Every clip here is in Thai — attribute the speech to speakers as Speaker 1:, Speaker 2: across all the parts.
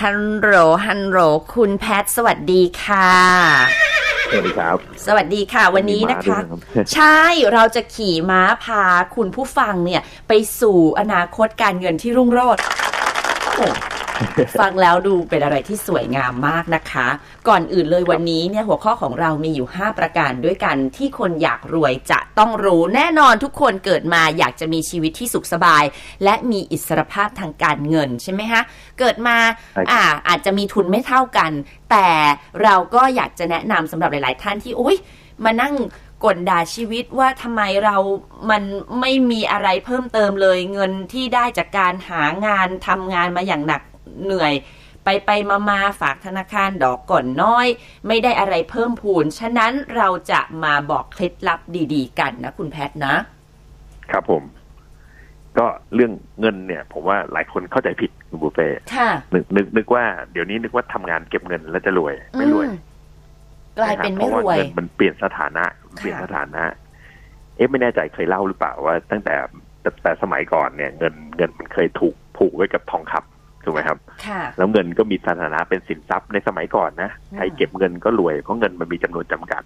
Speaker 1: ฮัลโหลฮัลโหลคุณแพทสวัสดีค่ะ
Speaker 2: สวัสดีครับ
Speaker 1: สวัสดีค่ะ วันนี้นะคะ
Speaker 2: มีม้าด้วยรับ
Speaker 1: ใช่เราจะขี่ม้าพาคุณผู้ฟังเนี่ย ไปสู่อนาคตการเงินที่รุ่งโรจน์โอ้ฟังแล้วดูเป็นอะไรที่สวยงามมากนะคะ ก่อนอื่นเลยวันนี้เนี่ยหัวข้อของเรามีอยู่ 5 ประการด้วยกันที่คนอยากรวยจะต้องรู้แน่นอนทุกคนเกิดมาอยากจะมีชีวิตที่สุขสบาย และมีอิสรภาพทางการเงินใช่ไหมฮะ เกิดมา
Speaker 2: ใช่ครับ
Speaker 1: อ่า อาจจะมีทุนไม่เท่ากัน แต่เราก็อยากจะแนะนำสำหรับหลาย ๆ ท่านที่โอ๊ย มานั่งกลด่าชีวิตว่าทำไมเรา มันไม่มีอะไรเพิ่มเติมเลย เงินที่ได้จากการหางานทำงานมาอย่างหนักเหนื่อย ไปไปมามาฝากธนาคารดอกก่อนน้อย ไม่ได้อะไรเพิ่มพูน ฉะนั้นเราจะมาบอกเคล็ดลับดีๆ กันนะคุณแพทย์นะ
Speaker 2: ครับผม ก็เรื่องเงินเนี่ย ผมว่าหลายคนเข้าใจผิดคุณบุฟเฟ่
Speaker 1: ค่ะ
Speaker 2: นึกนึกนึกว่าเดี๋ยวนี้นึกว่าทำงานเก็บเงินแล้วจะรวย ไม่รวย
Speaker 1: อืกลายเป็นไม่
Speaker 2: ะคบ
Speaker 1: รว
Speaker 2: พาะาย เงินมันเปลี่ยนสถานะ เปลี่ยนสถานะ เอ๊ะไม่แน่ใจเคยเล่าหรือเปล่าว่า ตั้งแต่แต่แต่สมัยก่อนเนี่ย เงินเงินมันเคยถูกผูกไว้กับทองคำถูกไหมครับ
Speaker 1: ค่ะ
Speaker 2: แล้วเงินก็มีสถานะเป็นสินทรัพย์ในสมัยก่อนนะ
Speaker 1: อืม
Speaker 2: ใครเก็บเงินก็รวยเพราะเงินมันมีจำนวนจำกัด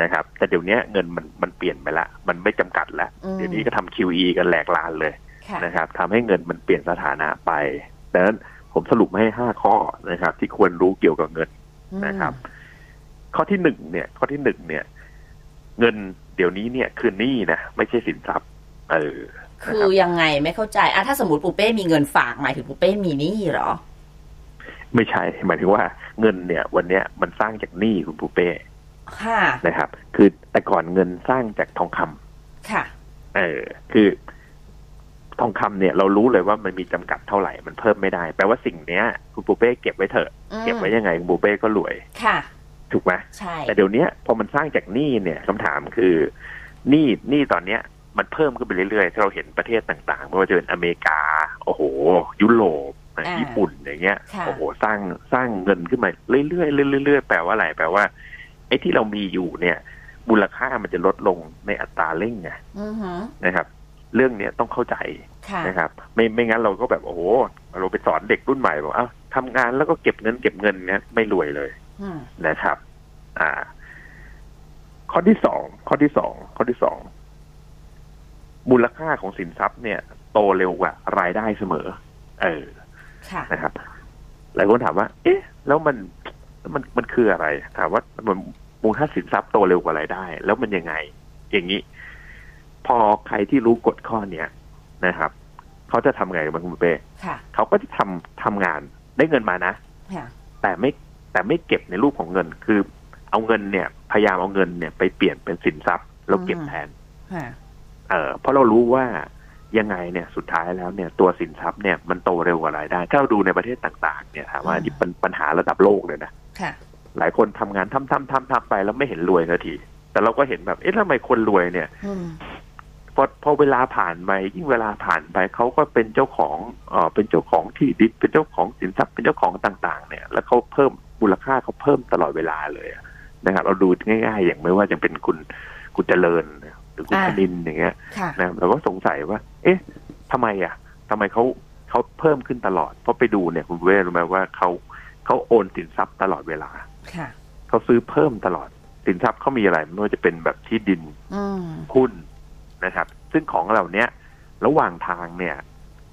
Speaker 2: นะครับ แต่เดี๋ยวนี้เงินมันมันเปลี่ยนไปละ มันไม่จำกัดละ
Speaker 1: อืม
Speaker 2: เดี๋ยวนี้ก็ทำ QE กันแหลกลานเลย
Speaker 1: ค่ะ
Speaker 2: นะครับทำให้เงินมันเปลี่ยนสถานะไปดังนั้นผมสรุปมาให้ห้าข้อนะครับ ที่ควรรู้เกี่ยวกับเงินนะครับ ข้อที่หนึ่งเนี่ย ข้อที่หนึ่งเนี่ย เงินเดี๋ยวนี้เนี่ยคือหนี้นะไม่ใช่สินทรัพย์ เออนะ
Speaker 1: คื
Speaker 2: ค
Speaker 1: อ
Speaker 2: รับ
Speaker 1: ยังไงไม่เข้าใจอะถ้าสมมติปูเป้มีเงินฝากหมายถึงปูเป้มีหนี้เหรอ
Speaker 2: ไม่ใช่หมายถึงว่าเงินเนี่ย วันเนี้ยมันสร้างจากหนี้คุณปูเป้
Speaker 1: ค่ะ
Speaker 2: นะครับ คือแต่ก่อนเงินสร้างจากทองคำ
Speaker 1: ค่ะ
Speaker 2: เออ คือ ทองคำเนี่ย เรารู้เลยว่ามันมีจำกัดเท่าไหร่ มันเพิ่มไม่ได้ แปลว่าสิ่งเนี้ย คุณปูเป้เก็บไว้เถอะ
Speaker 1: อืม
Speaker 2: เก็บไว้ยังไงคุณปูเป้ก็รวย
Speaker 1: ค่ะ
Speaker 2: ถูกไหม
Speaker 1: ใช่
Speaker 2: แต่เดี๋ยวเนี้ยพอมันสร้างจากหนี้เนี่ยคำถามคือหนี้หนี้ตอนเนี้ย มันเพิ่มขึ้นไปเรื่อยๆที่เราเห็นประเทศต่างๆไม่ว่าจะเป็นอเมริกา โอ้โห ยุโรปนะ
Speaker 1: า
Speaker 2: ญี่ปุ่นอย่างเงี้ย
Speaker 1: ค่ะ
Speaker 2: โอ้โห สร้างสร้างเงินขึ้นมาเรื่อยๆเรื่อยๆเรื่อยๆแปลว่าอะไรแปลว่าไอ้ที่เรามีอยู่เนี่ย มูลค่ามันจะลดลงในอัตราเร่งไง
Speaker 1: อือหือ
Speaker 2: นะครับ เรื่องเนี้ยต้องเข้าใจ
Speaker 1: ค่ะ
Speaker 2: นะครับ ไม่ไม่งั้นเราก็แบบโอ้โหเราไปสอนเด็กรุ่นใหม่บอกเอ้าทำงานแล้วก็เก็บเงินเก็บเงินเนี่ยไม่รวยเลย
Speaker 1: อืม
Speaker 2: นะครับ อ่า ข้อที่สอง ข้อที่สอง ข้อที่สอง มูลค่าของสินทรัพย์เนี่ย โตเร็วกว่ารายได้เสมอ เออ
Speaker 1: ค่ะ
Speaker 2: นะครับ หลายคนถามว่า เอ๊ะ แล้วมัน มัน มันคืออะไร ถามว่ามันมูลค่าสินทรัพย์โตเร็วกว่ารายได้ แล้วมันยังไง อย่างนี้ พอใครที่รู้กฎข้อเนี้ยนะครับ เขาจะทำไงบ้างคุณเป้
Speaker 1: ค่ะ
Speaker 2: เขาก็จะทำทำงาน ได้เงินมานะ
Speaker 1: ค่ะ
Speaker 2: แต่ไม่แต่ไม่เก็บในรูปของเงินคือ เอาเงินเนี่ย พยายามเอาเงินเนี่ยไปเปลี่ยนเป็นสินทรัพย์แล้วเก็บ
Speaker 1: อืม
Speaker 2: แทน
Speaker 1: ค่ะ
Speaker 2: เออเพราะเรารู้ว่ายังไงเนี่ยสุดท้ายแล้วเนี่ย ตัวสินทรัพย์เนี่ยมันโตเร็วกว่ารายได้ถ้าเราดูในประเทศต่างๆ เนี่ยถามว่า
Speaker 1: อืม
Speaker 2: นี่เป็นปัญหาระดับโลกเลยนะ
Speaker 1: ค่ะ
Speaker 2: หลายคนทำงานทำทำทำทำไปแล้วไม่เห็นรวยสักทีแต่เราก็เห็นแบบเอ๊ะทำไมคนรวยเนี่ย
Speaker 1: อืม
Speaker 2: พอพอเวลาผ่านไปยิ่งเวลาผ่านไปเขาก็เป็นเจ้าของเออเป็นเจ้าของที่ดินเป็นเจ้าของสินทรัพย์เป็นเจ้าของต่างๆ เนี่ย แล้วเขาเพิ่มมูลค่าเขาเพิ่มตลอดเวลาเลยอะนะครับเราดูง่าย ๆ อย่างไม่ว่าจะเป็นคุณคุณเจริญหรือคุณคณินอย่างเงี้ย
Speaker 1: ค่ะ
Speaker 2: นะครับเราก็สงสัยว่า เอ๊ะทำไมอ่ะทำไมเขาเขาเพิ่มขึ้นตลอด เพราะไปดูเนี่ยคุณเวรู้ไหมว่าเขาเขาโอนสินทรัพย์ตลอดเวลา
Speaker 1: ค่ะ
Speaker 2: เขาซื้อเพิ่มตลอด สินทรัพย์เขามีอะไรไม่ว่าจะเป็นแบบที่ดิน
Speaker 1: อืม
Speaker 2: หุ้นนะครับ ซึ่งของเหล่าเนี้ยระหว่างทางเนี่ย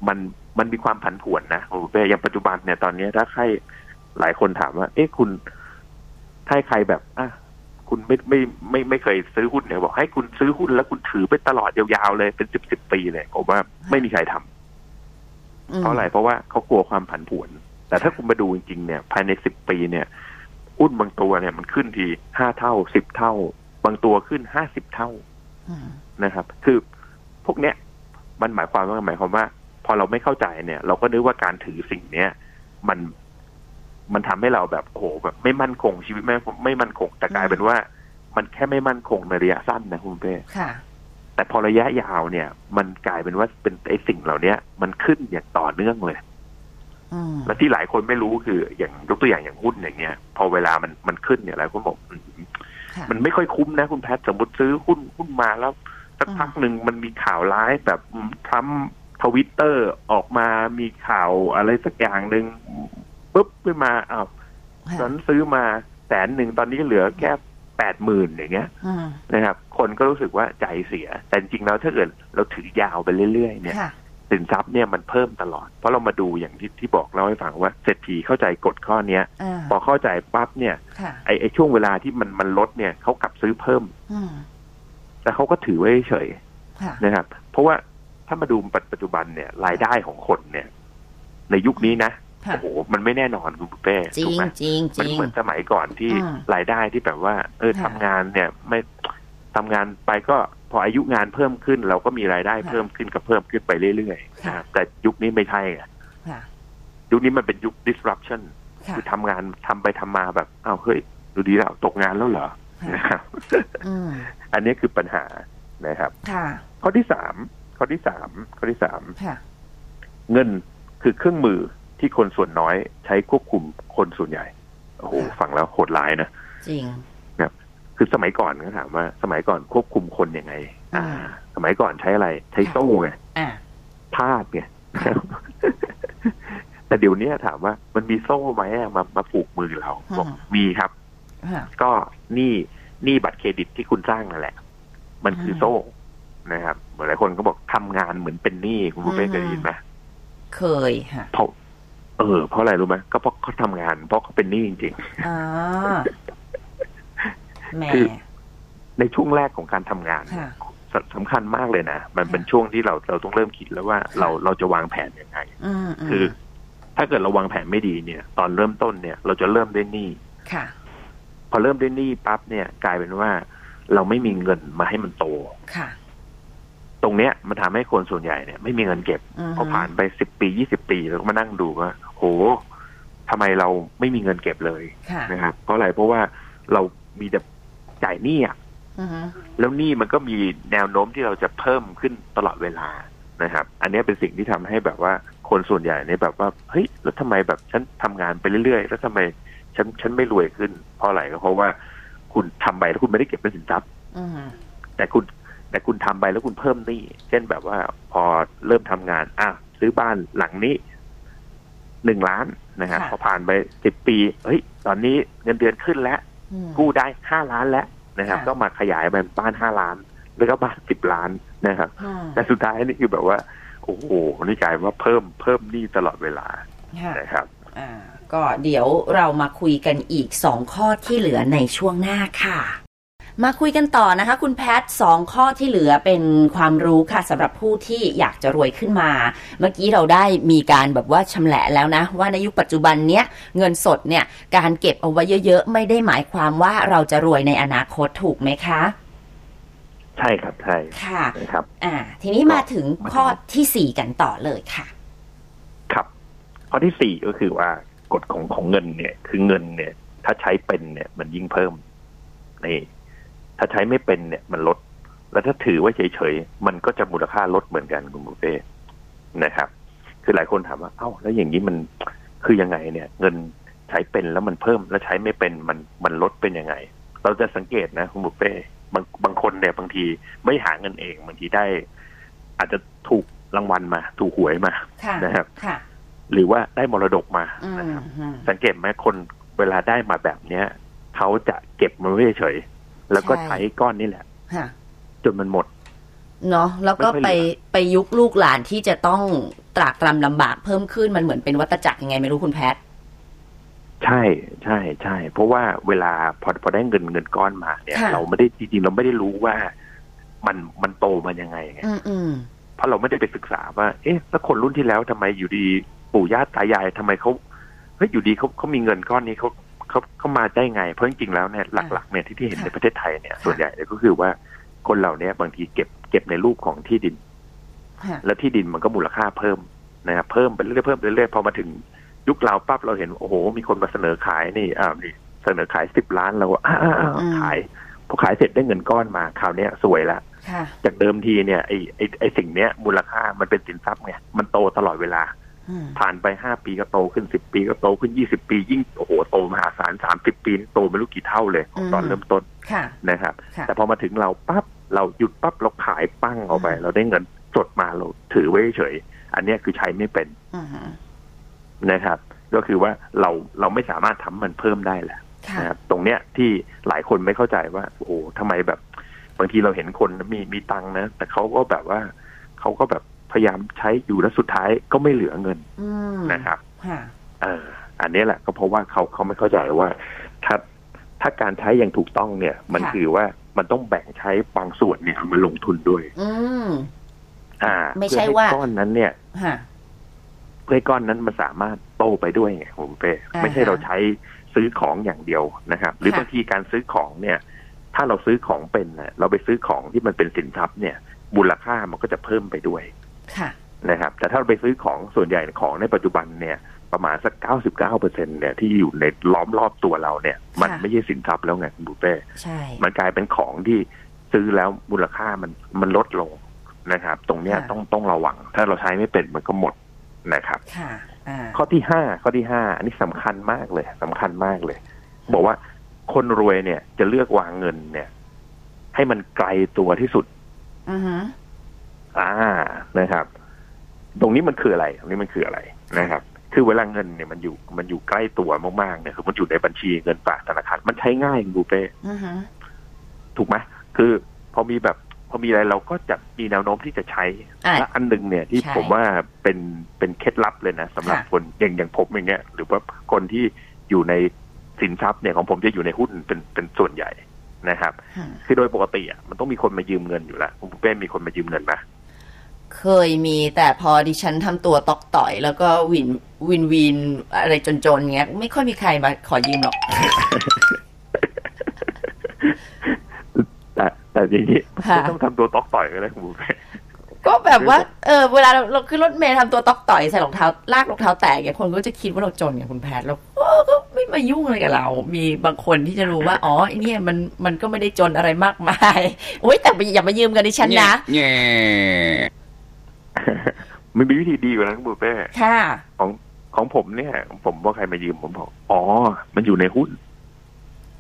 Speaker 2: มันมันมีความผันผวนนะคุณเวอย่างปัจจุบันเนี่ยตอนเนี้ยถ้าใครหลายคนถามว่า เอ๊ะคุณถ้าให้ใครแบบอ่ะคุณไม่ไม่ไม่ไม่เคยซื้อหุ้นเนี่ยบอกให้คุณซื้อหุ้นแล้วคุณถือไปตลอดยาวๆเลยเป็นสิบสิบปีเลยผมว่าไม่มีใครทำ
Speaker 1: ม
Speaker 2: เพราะอะไรเพราะว่าเขากลัวความผันผวน แต่ถ้าคุณมาดูจริงๆเนี่ยภายในสิบปีเนี่ยหุ้นบางตัวเนี่ยมันขึ้นทีห้าเท่าสิบเท่า บางตัวขึ้นห้าสิบเท่า
Speaker 1: อืม
Speaker 2: นะครับ คือพวกเนี้ยมันหมายความว่าหมายความว่า พอเราไม่เข้าใจเนี่ย เราก็นึกว่าการถือสิ่งเนี้ยมันมันทำให้เราแบบโอ้โหแบบไม่มั่นคงชีวิตไม่ไม่มั่นคงแต่กลายเป็นว่า มันแค่ไม่มั่นคงในระยะสั้นนะคุณเป้
Speaker 1: ค่ะ
Speaker 2: แต่พอระยะยาวเนี่ย มันกลายเป็นว่าเป็นไอ้สิ่งเหล่าเนี้ยมันขึ้นอย่างต่อเนื่องเลย
Speaker 1: อืม
Speaker 2: และที่หลายคนไม่รู้คืออย่างยกตัวอย่างอย่างหุ้นอย่างเงี้ย พอเวลามันมันขึ้นเนี่ยหลายคนบอกอืม
Speaker 1: ค่ะ
Speaker 2: มันไม่ค่อยคุ้มนะคุณแพทย์สมมติซื้อหุ้นหุ้นมาแล้วสัก
Speaker 1: อืม
Speaker 2: พักหนึ่งมันมีข่าวร้ายแบบอืมทรัมป์ทวิตเตอร์ออกมามีข่าวอะไรสักอย่างหนึ่ง ปุ๊บขึ้นมาอ้าว
Speaker 1: ค่ะ
Speaker 2: ตอนซื้อมาแสนหนึ่งตอนนี้เหลือแค่แปดหมื่นอย่างเงี้ย
Speaker 1: อืม
Speaker 2: นะครับ คนก็รู้สึกว่าใจเสีย แต่จริงๆแล้วถ้าเกิดเราถือยาวไปเรื่อยๆเนี่ย
Speaker 1: ค่ะ
Speaker 2: สินทรัพย์เนี่ยมันเพิ่มตลอด เพราะเรามาดูอย่างที่ที่บอกเล่าให้ฟังว่าเศรษฐีเข้าใจกฎข้อเนี้ย
Speaker 1: อ่า
Speaker 2: พอเข้าใจปั๊บเนี่ย
Speaker 1: ค่ะ
Speaker 2: ไอ้ไอ้ช่วงเวลาที่มันมันลดเนี่ยเขากลับซื้อเพิ่ม
Speaker 1: อืม
Speaker 2: แต่เขาก็ถือไว้เฉย
Speaker 1: ค่ะ
Speaker 2: ๆนะครับ เพราะว่าถ้ามาดูปัจจุบันเนี่ยรายได้ของคนเนี่ย ในยุคนี้นะ
Speaker 1: ค่ะ
Speaker 2: โอ้โหมันไม่แน่นอนคุณปุ๊เป้
Speaker 1: จริ
Speaker 2: ถูก
Speaker 1: ง
Speaker 2: ไหม
Speaker 1: จริงจ
Speaker 2: มัน
Speaker 1: ริง
Speaker 2: เหมือนสมัยก่อนที่
Speaker 1: อืม
Speaker 2: รายได้ที่แบบว่า เออ
Speaker 1: ค่ะ
Speaker 2: ทำงานเนี่ยไม่ทำงานไปก็พออายุงานเพิ่มขึ้น เราก็มีรายได้
Speaker 1: ค่ะ
Speaker 2: เพิ่มขึ้นก็เพิ่มขึ้นไปเรื่อยๆ
Speaker 1: ค่ะ
Speaker 2: นะครับแต่ยุคนี้ไม่ใช่ไง
Speaker 1: ค่ะ
Speaker 2: ยุคนี้มันเป็นยุค disruption
Speaker 1: ค่ะ
Speaker 2: คือทำงานทำไปทำมาแบบอ้าวเฮ้ย ดูดีแล้วตกงานแล้วเหรอ
Speaker 1: ค่ะ
Speaker 2: นะครับ
Speaker 1: อืม
Speaker 2: อันนี้คือปัญหานะครับ
Speaker 1: ค่ะ
Speaker 2: ข้อที่สามข้อที่สามข้อที่สาม
Speaker 1: ค่ะ
Speaker 2: เงินคือเครื่องมือที่คนส่วนน้อยใช้ควบคุมคนส่วนใหญ่โอ้โหฟังแล้วโหดร้ายนะ
Speaker 1: จริง
Speaker 2: คือสมัยก่อนก็ถามว่า สมัยก่อนควบคุมคนยังไง อ่า
Speaker 1: อืม
Speaker 2: สมัยก่อนใช้อะไรใช้โซ่ไง
Speaker 1: อ่า
Speaker 2: ทาด ไง แต่เดี๋ยวนี้ถามว่ามันมีโซ่ไหมอะมามาผูกมือเราบอกมีครับ
Speaker 1: ค่ะ
Speaker 2: ก็หนี้หนี้บัตรเครดิตที่คุณสร้างนั่นแหละ มันคื
Speaker 1: ม
Speaker 2: อโซ่นะครับหลายคนก็บอกทำงานเหมือนเป็นหนี้คุณผู้เป้
Speaker 1: อืม
Speaker 2: เคยได้ยินไหม
Speaker 1: เคยค่ะ
Speaker 2: เพราะเออ เพราะอะไรรู้ไหมก็เพราะเขาทำงาน เพราะเขาเป็นหนี้จริง
Speaker 1: อ๋อแหม่
Speaker 2: คือ ๆในช่วงแรกของการทำงาน
Speaker 1: ค่ะ
Speaker 2: สสำคัญมากเลยนะมัน
Speaker 1: ค่ะ
Speaker 2: เป็นช่วงที่เราเราต้องเริ่มคิดแล้วว่า
Speaker 1: ค่ะ
Speaker 2: เราเราจะวางแผนยังไง
Speaker 1: อืมม
Speaker 2: คือ ถ้าเกิดเราวางแผนไม่ดีเนี่ย ตอนเริ่มต้นเนี่ย เราจะเริ่มด้วยหนี้
Speaker 1: ค่ะ
Speaker 2: พอเริ่มด้วยหนี้ปั๊บเนี่ย กลายเป็นว่า เราไม่มีเงินมาให้มันโต
Speaker 1: ค่ะ
Speaker 2: ตรงเนี้ยมันทำให้คนส่วนใหญ่เนี่ยไม่มีเงินเก็บ
Speaker 1: อืม
Speaker 2: พอผ่านไปสิบปียี่สิบปีเราก็มานั่งดูว่าโหทำไมเราไม่มีเงินเก็บเลย
Speaker 1: ค่ะ
Speaker 2: นะครับเพราะอะไรเพราะว่าเรามีแต่จ่ายหนี้อะ
Speaker 1: อืม
Speaker 2: แล้วหนี้มันก็มีแนวโน้มที่เราจะเพิ่มขึ้นตลอดเวลานะครับ อันเนี้ยเป็นสิ่งที่ทำให้แบบว่าคนส่วนใหญ่เนี่ยแบบว่าเฮ้ยแล้วทำไมแบบฉันทำงานไปเรื่อยๆ แล้วทำไมฉันฉันไม่รวยขึ้น เพราะอะไรก็เพราะว่าคุณทำไปแล้วคุณไม่ได้เก็บเป็นสินทรัพย์
Speaker 1: อืม
Speaker 2: แต่คุณแต่คุณทำไปแล้วคุณเพิ่มหนี้ เช่นแบบว่าพอเริ่มทำงานอ่ะซื้อบ้านหลังนี้หนึ่งล้านนะครับพอผ่านไปสิบปี เฮ้ย ตอนนี้เงินเดือนขึ้นแล้ว
Speaker 1: อืม
Speaker 2: กู้ได้ห้าล้านแล้วนะครับ
Speaker 1: ค่ะ
Speaker 2: ก็มาขยายเป็นบ้านห้าล้าน แล้วก็บ้านสิบล้านนะครับ
Speaker 1: อืม
Speaker 2: แต่สุดท้ายนี่คือแบบว่า โอ้โหนี่กลายว่าเพิ่มเพิ่มหนี้ตลอดเวลา
Speaker 1: ค่ะ
Speaker 2: นะครับ
Speaker 1: อ่า ก็เดี๋ยวเรามาคุยกันอีกสองข้อที่เหลือในช่วงหน้าค่ะ มาคุยกันต่อนะคะ คุณแพทย์สองข้อที่เหลือเป็นความรู้ค่ะสำหรับผู้ที่อยากจะรวยขึ้นมา เมื่อกี้เราได้มีการแบบว่าชำแหละแล้วนะ ว่าในยุคปัจจุบันเนี้ยเงินสดเนี่ย การเก็บเอาไว้เยอะ ๆ ไม่ได้หมายความว่าเราจะรวยในอนาคตถูกไหมคะ
Speaker 2: ใช่ครับใช่
Speaker 1: ค่ะ
Speaker 2: นะครับ
Speaker 1: อ่า ทีนี้มาถึงข้อที่สี่กันต่อเลยค่ะ
Speaker 2: ครับข้อที่สี่ก็คือว่ากฎของของเงินเนี่ย คือเงินเนี่ย ถ้าใช้เป็นเนี่ย มันยิ่งเพิ่มนี่ถ้าใช้ไม่เป็นเนี่ย มันลด แล้วถ้าถือไว้เฉยๆมันก็จะมูลค่าลดเหมือนกันคุณบุฟเฟ่นะครับ คือหลายคนถามว่าเอ้า แล้วอย่างนี้มันคือยังไงเนี่ย เงินใช้เป็นแล้วมันเพิ่มแล้วใช้ไม่เป็นมันมันลดเป็นยังไง เราจะสังเกตนะคุณบุฟเฟ่บางบางคนเนี่ยบางทีไม่หาเงินเองบางทีได้ อาจจะถูกรางวัลมา ถูกหวยมา
Speaker 1: ค่ะ
Speaker 2: นะครับ
Speaker 1: ค่ะ
Speaker 2: หรือว่าได้มรดกมา
Speaker 1: อืม
Speaker 2: นะครับ
Speaker 1: อืม
Speaker 2: สังเกตไหมคนเวลาได้มาแบบเนี้ยเขาจะเก็บมันไว้เฉยๆแล้วก็
Speaker 1: ใช่
Speaker 2: ใช้ก้อนนี้แหละ
Speaker 1: ค่ะ
Speaker 2: จนมันหมด
Speaker 1: เนาะแล้วก็
Speaker 2: ไม่ค่อย
Speaker 1: ไป
Speaker 2: เหลือ
Speaker 1: ไปยุคลูกหลานที่จะต้องตรากตรำลำบากเพิ่มขึ้นมันเหมือนเป็นวัตจักรยังไงไม่รู้คุณแพทย์
Speaker 2: ใช่ใช่ใช่เพราะว่าเวลาพอพอได้เงินเงินก้อนมาเนี่ย เราไม่ได้จริงๆเราไม่ได้รู้ว่ามันมันโตมันยังไงไง
Speaker 1: อืมอืม
Speaker 2: เพราะเราไม่ได้ไปศึกษาว่า เอ๊ะแล้วคนรุ่นที่แล้วทำไมอยู่ดีปู่ย่าตายายทำไมเขาเฮ้ยอยู่ดีเขาเขามีเงินก้อนนี้เขาเขาเขามาได้ไง เพราะจริงๆแล้วเนี่ยหลักๆเนี่ยที่ที่เห็นในประเทศไทยเนี่ยส่วนใหญ่เนี่ยก็คือว่าคนเหล่าเนี้ยบางทีเก็บเก็บในรูปของที่ดิน
Speaker 1: ค่ะ
Speaker 2: แล้วที่ดินมันก็มูลค่าเพิ่มนะครับเพิ่มไปเรื่อยๆเพิ่มไปเรื่อยๆพอมาถึงยุคเราปั๊บเราเห็นโอ้โห มีคนมาเสนอขายนี่อ้าวนี่เสนอขายสิบล้านเราก็อ้าวอ้าวอ้าวขายพอขายเสร็จได้เงินก้อนมาคราวเนี้ยสวยละ
Speaker 1: ค่ะ
Speaker 2: จากเดิมทีเนี่ยไอ้ไอ้ไอ้สิ่งเนี้ย มูลค่ามันเป็นสินทรัพย์ไงมันโตตลอดเวลา
Speaker 1: อืม
Speaker 2: ผ่านไปห้าปีก็โตขึ้นสิบปีก็โตขึ้นยี่สิบปี ยิ่งโอ้โหโตมหาศาลสามสิบปีนี่โตไม่รู้กี่เท่าเลยของตอนเริ่มต้น
Speaker 1: ค่ะ
Speaker 2: นะครับ
Speaker 1: ค่ะ
Speaker 2: แต่พอมาถึงเราปั๊บเราหยุดปั๊บเราขายปั้งออกไป เราได้เงินสดมาเราถือไว้เฉย อันเนี้ยคือใช้ไม่เป็น
Speaker 1: อืม
Speaker 2: นะครับ ก็คือว่าเราเราไม่สามารถทำให้มันเพิ่มได้แหละ
Speaker 1: ค่ะ
Speaker 2: นะครับตรงเนี้ยที่หลายคนไม่เข้าใจว่า โอ้โหทำไมแบบ บางทีเราเห็นคนมีมีตังค์นะ แต่เขาก็แบบว่าเขาก็แบบพยายามใช้อยู่แล้วสุดท้ายก็ไม่เหลือเงิน
Speaker 1: อืม
Speaker 2: นะครับ
Speaker 1: ค่ะ
Speaker 2: เอออันนี้แหละก็เพราะว่าเขาเขาไม่เข้าใจว่า ถ้าถ้าการใช้อย่างถูกต้องเนี่ย มัน
Speaker 1: ค่ะ
Speaker 2: คือว่ามันต้องแบ่งใช้บางส่วนเนี่ยเอามาลงทุนด้วย
Speaker 1: อืม
Speaker 2: อ่า
Speaker 1: ไม่ใช่
Speaker 2: เพื่อ
Speaker 1: ว่า
Speaker 2: ก้อนนั้นเนี่ย
Speaker 1: ค่ะ
Speaker 2: เพื่อให้ก้อนนั้นมันสามารถโตไปด้วยไงคุณเป้
Speaker 1: อ่าฮะ
Speaker 2: ไม่ใช่เราใช้ซื้อของอย่างเดียวนะครับ หรือ
Speaker 1: ค่ะ
Speaker 2: บางทีการซื้อของเนี่ย ถ้าเราซื้อของเป็นน่ะเราไปซื้อของที่มันเป็นสินทรัพย์เนี่ยมูลค่ามันก็จะเพิ่มไปด้วย
Speaker 1: ค่ะ
Speaker 2: นะครับ แต่ถ้าเราไปซื้อของส่วนใหญ่ของในปัจจุบันเนี่ย ประมาณสัก 99เปอร์เซ็นเนี่ยที่อยู่ในล้อมรอบตัวเราเนี่ย มัน
Speaker 1: ค่ะ
Speaker 2: ไม่ใช่สินทรัพย์แล้วไงคุณบุฟเป้
Speaker 1: ใช่
Speaker 2: มันกลายเป็นของที่ซื้อแล้วมูลค่ามันมันลดลงนะครับ ตรงเนี้ยต้องต้องระวัง ถ้าเราใช้ไม่เป็นมันก็หมดนะครับ
Speaker 1: ค่ะ อ่า
Speaker 2: ข้อที่ห้าข้อที่ห้าอันนี้สำคัญมากเลยสำคัญมากเลย บอกว่าคนรวยเนี่ย จะเลือกวางเงินเนี่ย ให้มันไกลตัวที่สุด
Speaker 1: อือฮึ
Speaker 2: อ่านะครับ ตรงนี้มันคืออะไรตรงนี้มันคืออะไรนะครับ คือเวลาเงินเนี่ยมันอยู่มันอยู่ใกล้ตัวมากๆเนี่ยคือมันอยู่ในบัญชีเงินฝากธนาคารมันใช้ง่ายคุณบูเป้
Speaker 1: อือฮึ
Speaker 2: ถูกไหมคือพอมีแบบ พอมีอะไรเราก็จะมีแนวโน้มที่จะใช้
Speaker 1: อ่า
Speaker 2: และอันหนึ่งเนี่ยที่
Speaker 1: ใช่
Speaker 2: ผมว่าเป็นเป็นเคล็ดลับเลยนะสำหรับ
Speaker 1: ค่ะ
Speaker 2: คนอย่างอย่างผมอย่างเงี้ยหรือว่าคนที่อยู่ในสินทรัพย์เนี่ยของผมจะอยู่ในหุ้นเป็นเป็นส่วนใหญ่นะครับ
Speaker 1: ค่ะ
Speaker 2: คือโดยปกติอ่ะมันต้องมีคนมายืมเงินอยู่แล้วคุณเป้มีคนมายืมเงินไหม
Speaker 1: เคยมีแต่พอดิฉันทำตัวตอกต่อย แล้วก็วินวินวินอะไรจนๆเงี้ย ไม่ค่อยมีใครมาขอยืมหรอก
Speaker 2: แต่แต่ทีนี้
Speaker 1: ค่ะ
Speaker 2: ต้องทำตัวตอกต่อยกันเลยคุณเป้
Speaker 1: ก็แบบว่า เออ เวลาเราเราขึ้นรถเมล์ทำตัวตอกต่อยใส่รองเท้าลากรองเท้าแตกเนี่ยคนก็จะคิดว่าเราจนไงคุณแพทย์แล้วก็ก็ไม่มายุ่งอะไรกับเรา มีบางคนที่จะรู้ว่า อ๋อไอเนี่ยมันมันก็ไม่ได้จนอะไรมากมาย โอ้ยแต่อย่ามายืมกันดิฉันนะ
Speaker 3: แง่
Speaker 2: มันมีวิธีดีกว่านั้นคุณเป้
Speaker 1: ค่ะ
Speaker 2: ของผมเนี่ย ผมว่าใครมายืมผมบอกอ๋อ มันอยู่ในหุ้น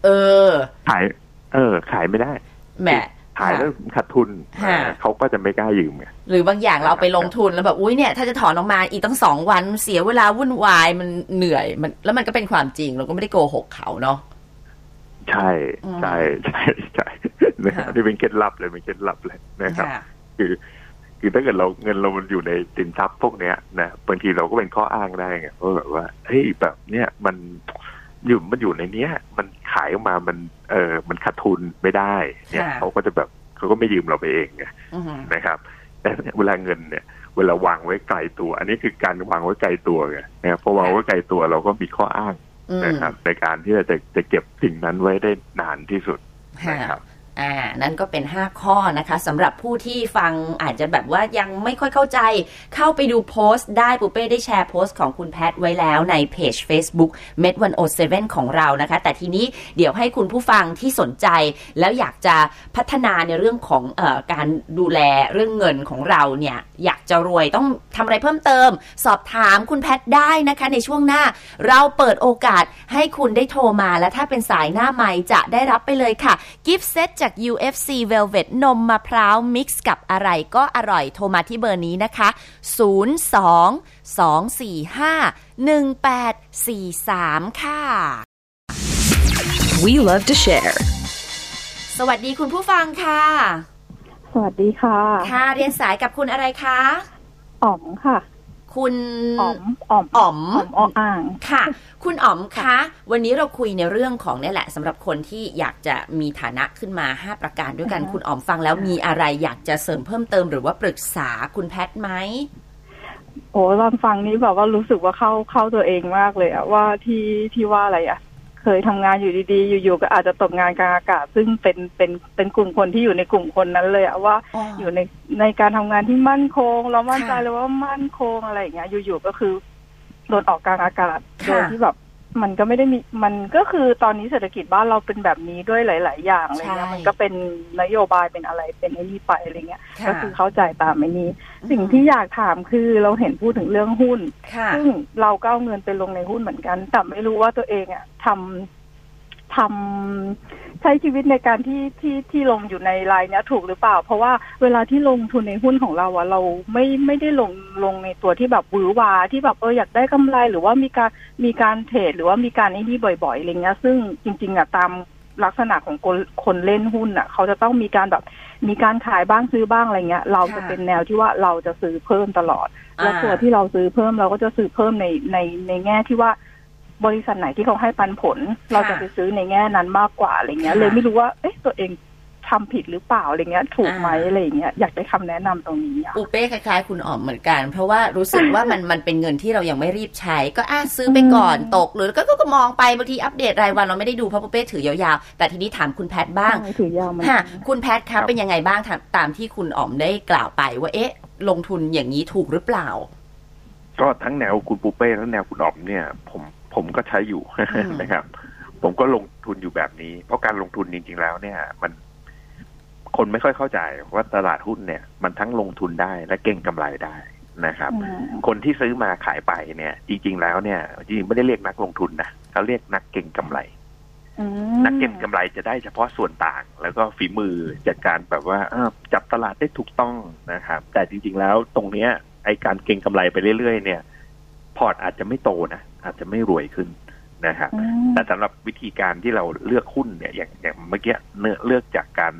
Speaker 1: เออ
Speaker 2: ขาย เออ ขายไม่ได้
Speaker 1: แหม
Speaker 2: ขายแล้วขาดทุน
Speaker 1: ค่ะ
Speaker 2: เขาก็จะไม่กล้ายืมไง
Speaker 1: หรือบางอย่างเราเอาไปลงทุนแล้วแบบอุ้ยเนี่ยถ้าจะถอนออกมาอีกตั้งสองวันเสียเวลาวุ่นวายมันเหนื่อยมันแล้วมันก็เป็นความจริงเราก็ไม่ได้โกหกเขาเนาะ
Speaker 2: ใช่
Speaker 1: อืม
Speaker 2: ใช่ ใช่ใช่นะครับ
Speaker 1: ค่ะ
Speaker 2: นี่เป็นเคล็ดลับเลยเป็นเคล็ดลับเลยนะครับ
Speaker 1: ค่ะ
Speaker 2: คือถ้าเกิดเราเงินเรามันอยู่ในสินทรัพย์พวกเนี้ยนะบางทีเราก็เป็นข้ออ้างได้ไงว่าแบบว่าเฮ้ยแบบเนี้ยมันอยู่มันอยู่ในเนี้ย มันขายออกมามันเออมันขาดทุนไม่ได้ เนี่ย
Speaker 1: ค่ะ
Speaker 2: เขาก็จะแบบเขาก็ไม่ยืมเราไปเองไง
Speaker 1: อือหือ
Speaker 2: นะครับแต่เวลาเงินเนี่ย เวลาวางไว้ไกลตัว อันนี้คือการวางไว้ไกลตัวไงนะครับพอวางไว้ไกลตัวเราก็มีข้ออ้าง
Speaker 1: อืม
Speaker 2: นะครับ ในการที่เราจะจะเก็บสิ่งนั้นไว้ได้นานที่สุด
Speaker 1: ค่ะ
Speaker 2: นะครับ
Speaker 1: อ่า นั่นก็เป็น 5 ข้อนะคะสำหรับผู้ที่ฟังอาจจะแบบว่ายังไม่ค่อยเข้าใจ เข้าไปดูโพสต์ได้ปุเป้ได้แชร์โพสต์ของคุณแพทย์ไว้แล้วในเพจ Facebook m e d 107ของเรานะคะ แต่ทีนี้เดี๋ยวให้คุณผู้ฟังที่สนใจ แล้วอยากจะพัฒนาในเรื่องของเออการดูแลเรื่องเงินของเราเนี่ย อยากจะรวยต้องทำอะไรเพิ่มเติม สอบถามคุณแพทย์ได้นะคะ ในช่วงหน้า เราเปิดโอกาสให้คุณได้โทรมาและถ้าเป็นสายหน้าใหม่จะได้รับไปเลยค่ะ กิฟต์เซตจาก UFC Velvet นมมะพร้าวมิกซ์กับอะไรก็อร่อยโทรมาที่เบอร์นี้นะคะ 02 245 1843 ค่ะ
Speaker 4: We love to share.
Speaker 1: สวัสดีคุณผู้ฟังค่ะ
Speaker 5: สวัสดีค่ะ
Speaker 1: ค่ะ เรียนสายกับคุณอะไรคะ
Speaker 5: อ๋อมค่ะ
Speaker 1: คุณ
Speaker 5: อ๋อมอ๋อม
Speaker 1: อ๋อม
Speaker 5: อ๋อมออ่าง
Speaker 1: ค่ะ คุณอ๋อมคะ วันนี้เราคุยในเรื่องของเนี่ยแหละสำหรับคนที่อยากจะมีฐานะขึ้นมา 5 ประการด้วยกัน
Speaker 5: อ่า
Speaker 1: คุณอ๋อมฟังแล้วมีอะไรอยากจะเสริมเพิ่มเติมหรือว่าปรึกษาคุณแพทย์ไหม
Speaker 5: โอ้ตอนฟังนี้แบบว่ารู้สึกว่าเข้าเข้าตัวเองมากเลยอะว่าที่ที่ว่าอะไรอะเคยทำงานอยู่ดีๆ อยู่ๆก็อาจจะตกงานกลางอากาศ ซึ่งเป็นเป็นเป็นกลุ่มคนที่อยู่ในกลุ่มคนนั้นเลยอะว่าอยู่ในในการทำงานที่มั่นคง เรามั่นใจ
Speaker 1: ค่ะ
Speaker 5: เลยว่ามั่นคงอะไรอย่างเงี้ย อยู่ๆก็คือโดนออกกลางอากาศ
Speaker 1: ค่ะ
Speaker 5: โดยที่แบบมันก็ไม่ได้มีมันก็คือตอนนี้เศรษฐกิจบ้านเราเป็นแบบนี้ด้วยหลาย ๆ อย่างอะไรเงี้ยมันก็เป็นนโยบายเป็นอะไรเป็นไอ้นี่ไปอะไรเงี้ยก็คือเข้าใจตามไอ้นี้ สิ่งที่อยากถามคือเราเห็นพูดถึงเรื่องหุ้น
Speaker 1: ค่ะ
Speaker 5: ซึ่งเราก็เอาเงินไปลงในหุ้นเหมือนกัน แต่ไม่รู้ว่าตัวเองอะทำทำ ใช้ชีวิตในการที่ที่ที่ลงอยู่ในรายเนี้ยถูกหรือเปล่า เพราะว่าเวลาที่ลงทุนในหุ้นของเราอะเราไม่ไม่ได้ลงลงในตัวที่แบบหวือหวาที่แบบเอออยากได้กำไร หรือว่ามีการมีการเทรดหรือว่ามีการไอ้นี่บ่อยๆอะไรเงี้ยซึ่งจริง ๆอะตามลักษณะของคนคนเล่นหุ้นอะเขาจะต้องมีการแบบมีการขายบ้างซื้อบ้างอะไรเงี้ย เราจะ
Speaker 1: ค่ะ
Speaker 5: เป็นแนวที่ว่าเราจะซื้อเพิ่มตลอด แล้วตัวที่เราซื้อเพิ่มเราก็จะซื้อเพิ่มในในในแง่ที่ว่า บริษัทไหนที่เขาให้ปันผล เราจะไปซื้อในแง่นั้นมากกว่าอะไรเงี้ย
Speaker 1: ค่ะ
Speaker 5: เลยไม่รู้ว่าเอ๊ะตัวเองทำผิดหรือเปล่าอะไรเงี้ย ถูกไหม
Speaker 1: อ่า
Speaker 5: อะไรเงี้ยอยากได้คำแนะนำตรงนี้อะ
Speaker 1: อูเป้คล้ายๆ คุณออมเหมือนกัน เพราะว่ารู้ สึกว่ามันมันเป็นเงินที่เรายังไม่รีบใช้ ก็อ่ะซื้อไปก่อน
Speaker 5: อืม
Speaker 1: ตก หรือก็ก็ก็มองไปบางทีอัปเดตรายวันเราไม่ได้ดูเพราะปูเป้ถือยาวๆ แต่ทีนี้ถามคุณแพทย์บ้าง
Speaker 5: ใช่ถือยาวไหม
Speaker 1: ค่ะคุณแพทย์ครับเป็นยังไงบ้างตามตามที่คุณอ๋อมได้กล่าวไปว่าเอ๊ะ ลงทุนอย่างนี้ถูกหรือเปล่า
Speaker 2: ก็ทั้งแนวคุณปูเป้ทั้งแนวคุณอ๋อมเนี่ย ผมผมก็ใช้อยู่
Speaker 1: อืม
Speaker 2: นะครับ ผมก็ลงทุนอยู่แบบนี้ เพราะการลงทุนจริงๆแล้วเนี่ย มัน คนไม่ค่อยเข้าใจว่าตลาดหุ้นเนี่ย มันทั้งลงทุนได้และเก่งกำไรได้นะครับ
Speaker 5: อืม
Speaker 2: คนที่ซื้อมาขายไปเนี่ย จริง ๆ แล้วเนี่ยจริงๆไม่ได้เรียกนักลงทุนนะเขาเรียกนักเก่งกำไร
Speaker 5: อืม
Speaker 2: นักเก็งกำไรจะได้เฉพาะส่วนต่าง แล้วก็ฝีมือจัดการแบบว่าเอ่อจับตลาดได้ถูกต้องนะครับ แต่จริง ๆ แล้วตรงเนี้ยไอการเก็งกำไรไปเรื่อย ๆ เนี่ย พอร์ตอาจจะไม่โตนะอาจจะไม่รวยขึ้นนะครับ
Speaker 5: อืม
Speaker 2: แต่สำหรับวิธีการที่เราเลือกหุ้นเนี่ยอย่างอย่างเมื่อกี้เลือกเลือกจากการ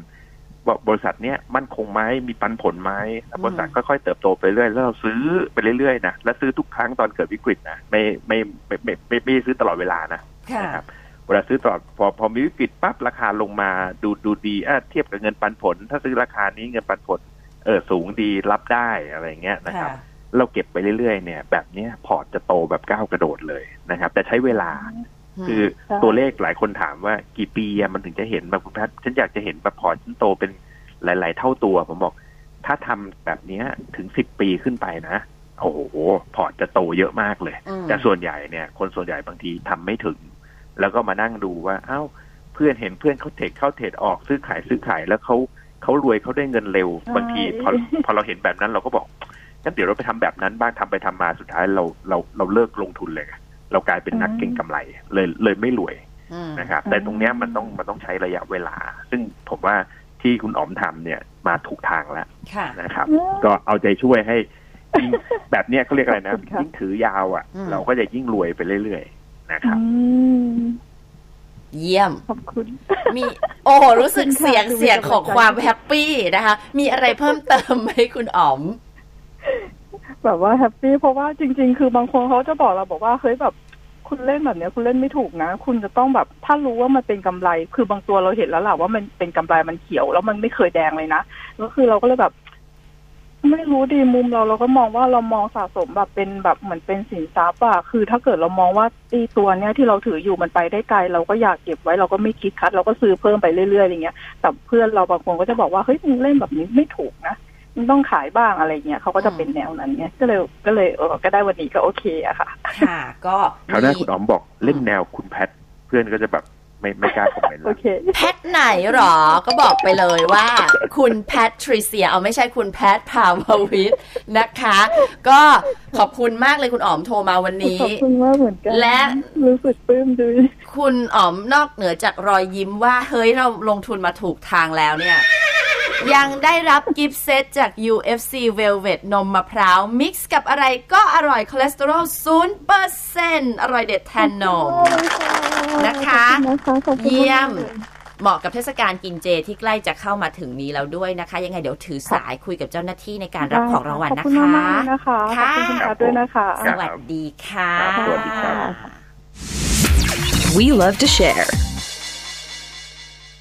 Speaker 2: ว่าบริษัทเนี้ยมั่นคงไหมมีปันผลไหมแล้วบริษัทค่อยๆเติบโตไปเรื่อยแล้วเราซื้อไปเรื่อยๆนะและซื้อทุกครั้งตอนเกิดวิกฤตนะไม่ไม่ไม่ไม่ไม่ไม่ได้ซื้อตลอดเวลานะ นะครับเวลาซื้อตลอดพอพอมีวิกฤตปั๊บราคาลงมาดูดูดีอ่ะเทียบกับเงินปันผล ถ้าซื้อราคานี้เงินปันผลเออสูงดีรับได้อะไรเงี้ยนะครับ เราเก็บไปเรื่อยๆเนี่ย แบบเนี้ยพอร์ตจะโตแบบก้าวกระโดดเลยนะครับ แต่ใช้เวลาคือ
Speaker 5: ใช่
Speaker 2: ตัวเลขหลายคนถามว่ากี่ปีอะมันถึงจะเห็นแบบคุณแพทย์ฉันอยากจะเห็นแบบพอร์ตฉันโตเป็นหลาย ๆ เท่าตัวผมบอก ถ้าทำแบบเนี้ยถึงสิบปีขึ้นไปนะโอ้โหพอร์ตจะโตเยอะมากเลย
Speaker 1: อืม
Speaker 2: แต่ส่วนใหญ่เนี่ยคนส่วนใหญ่บางทีทำไม่ถึง แล้วก็มานั่งดูว่าเอ้าเพื่อนเห็นเพื่อนเขาเทรดเข้าเทรดออกซื้อขายซื้อขายแล้วเขาเขารวยเขาได้เงินเร็ว
Speaker 5: ใช่
Speaker 2: บางทีพอพอเราเห็นแบบนั้นเราก็บอกงั้นเดี๋ยวเราไปทำแบบนั้นบ้างทำไปทำมาสุดท้ายเราเราเราเลิกลงทุนเลยไงเรากลายเป็นนักเก็งกำไรเลยเลยไม่รวย
Speaker 1: อืม
Speaker 2: นะครับ
Speaker 5: อืม
Speaker 2: แต่ตรงเนี้ยมันต้องมันต้องใช้ระยะเวลา ซึ่งผมว่าที่คุณอ๋อมทำเนี่ยมาถูกทางแล้ว
Speaker 1: ค่ะ
Speaker 2: นะครับ
Speaker 5: อืม
Speaker 2: ก็เอาใจช่ วยให้ยิ่ง แบบเนี้ยเขาเรียกอะไรนะ
Speaker 5: ขอบคุณครับ
Speaker 2: ยิ่งถือยาวอ่ะ
Speaker 1: อืม
Speaker 2: เราก็จะยิ่งรวยไปเรื่อยๆนะครับ
Speaker 5: อืม
Speaker 1: เยี่ยม
Speaker 5: ขอบคุณ
Speaker 1: มีโอ้โหรู้สึก
Speaker 5: ขอบคุณค่ะ
Speaker 1: เสียง
Speaker 5: ดูมี
Speaker 1: เสียงของ
Speaker 5: กำลังใจ
Speaker 1: ความแฮปปี้นะคะ มีอะไรเพิ่มเติมไหมคุณอ๋อม
Speaker 5: แบบว่าแฮปปี้เพราะว่าจริง ๆ คือบางคนเขาจะบอกเราบอกว่าเฮ้ยแบบคุณเล่นแบบเนี้ยคุณเล่นไม่ถูกนะ คุณจะต้องแบบถ้ารู้ว่ามันเป็นกำไร คือบางตัวเราเห็นแล้วแหละว่ามันเป็นกำไรมันเขียว แล้วมันไม่เคยแดงเลยนะก็คือเราก็เลยแบบ ไม่รู้ดีมุมเราเราก็มองว่าเรามองสะสมแบบเป็นแบบเหมือนเป็นสินทรัพย์อะคือ ถ้าเกิดเรามองว่าไอีตัวเนี้ยที่เราถืออยู่มันไปได้ไกล เราก็อยากเก็บไว้เราก็ไม่คิดคัด เราก็ซื้อเพิ่มไปเรื่อยๆอย่างเงี้ยแต่เพื่อนเราบางคนก็จะบอกว่าเฮ้ยมึงเล่นแบบนี้ไม่ถูกนะ มันต้องขายบ้างอะไรเงี้ยเขาก็จะ
Speaker 1: อืม
Speaker 5: เป็นแนวนั้นเงี้ยก็เลยก็เลยเออก็ได้วันนี้ก็โอเคอะค่ะ
Speaker 1: ค่ะ ก็
Speaker 2: คราวหน้า
Speaker 1: มี
Speaker 2: คุณอ๋อมบอกเล่นแนวคุณแพทเพื่อนก็จะแบบไม่ไม่กล้าคอมเมนต์
Speaker 5: โอ
Speaker 2: ละ
Speaker 5: เค
Speaker 1: แพทไหนหรอ ก็บอกไปเลยว่า คุณแพทริเซีย เอาไม่ใช่คุณแพทพาววิทนะคะ ก็ขอบคุณมากเลยคุณอ๋อมโทรมาวันนี้
Speaker 5: ขอบคุณมากเหมือนกัน
Speaker 1: และ
Speaker 5: รู้สึกปลื้มด้วย
Speaker 1: คุณอ๋อมนอกเหนือจากรอยยิ้มว่า เฮ้ยเราลงทุนมาถูกทางแล้วเนี่ย ยังได้รับกิฟต์เซตจาก UFC Velvet นมมะพร้าว มิกซ์กับอะไรก็อร่อยคอเลสเตอรอล0%อร่อยเด็ดแทนนม นะคะ
Speaker 5: ขอบณนะคะขอบคุณาก
Speaker 1: เยี่ยม เหมาะกับเทศกาลกินเจที่ใกล้จะเข้ามาถึงนี้แล้วด้วยนะคะ ยังไงเดี๋ยวถือสายคุยกับเจ้าหน้าที่ในการรับของรางวัล
Speaker 5: ข
Speaker 1: นะ
Speaker 5: อบคุณ
Speaker 1: คะ
Speaker 5: มากๆนะคะขอบคุณคุณอาด้วยนะคะ
Speaker 1: สวัสดีค่ะ
Speaker 2: ครับสวัสดีครับ
Speaker 3: We love to share.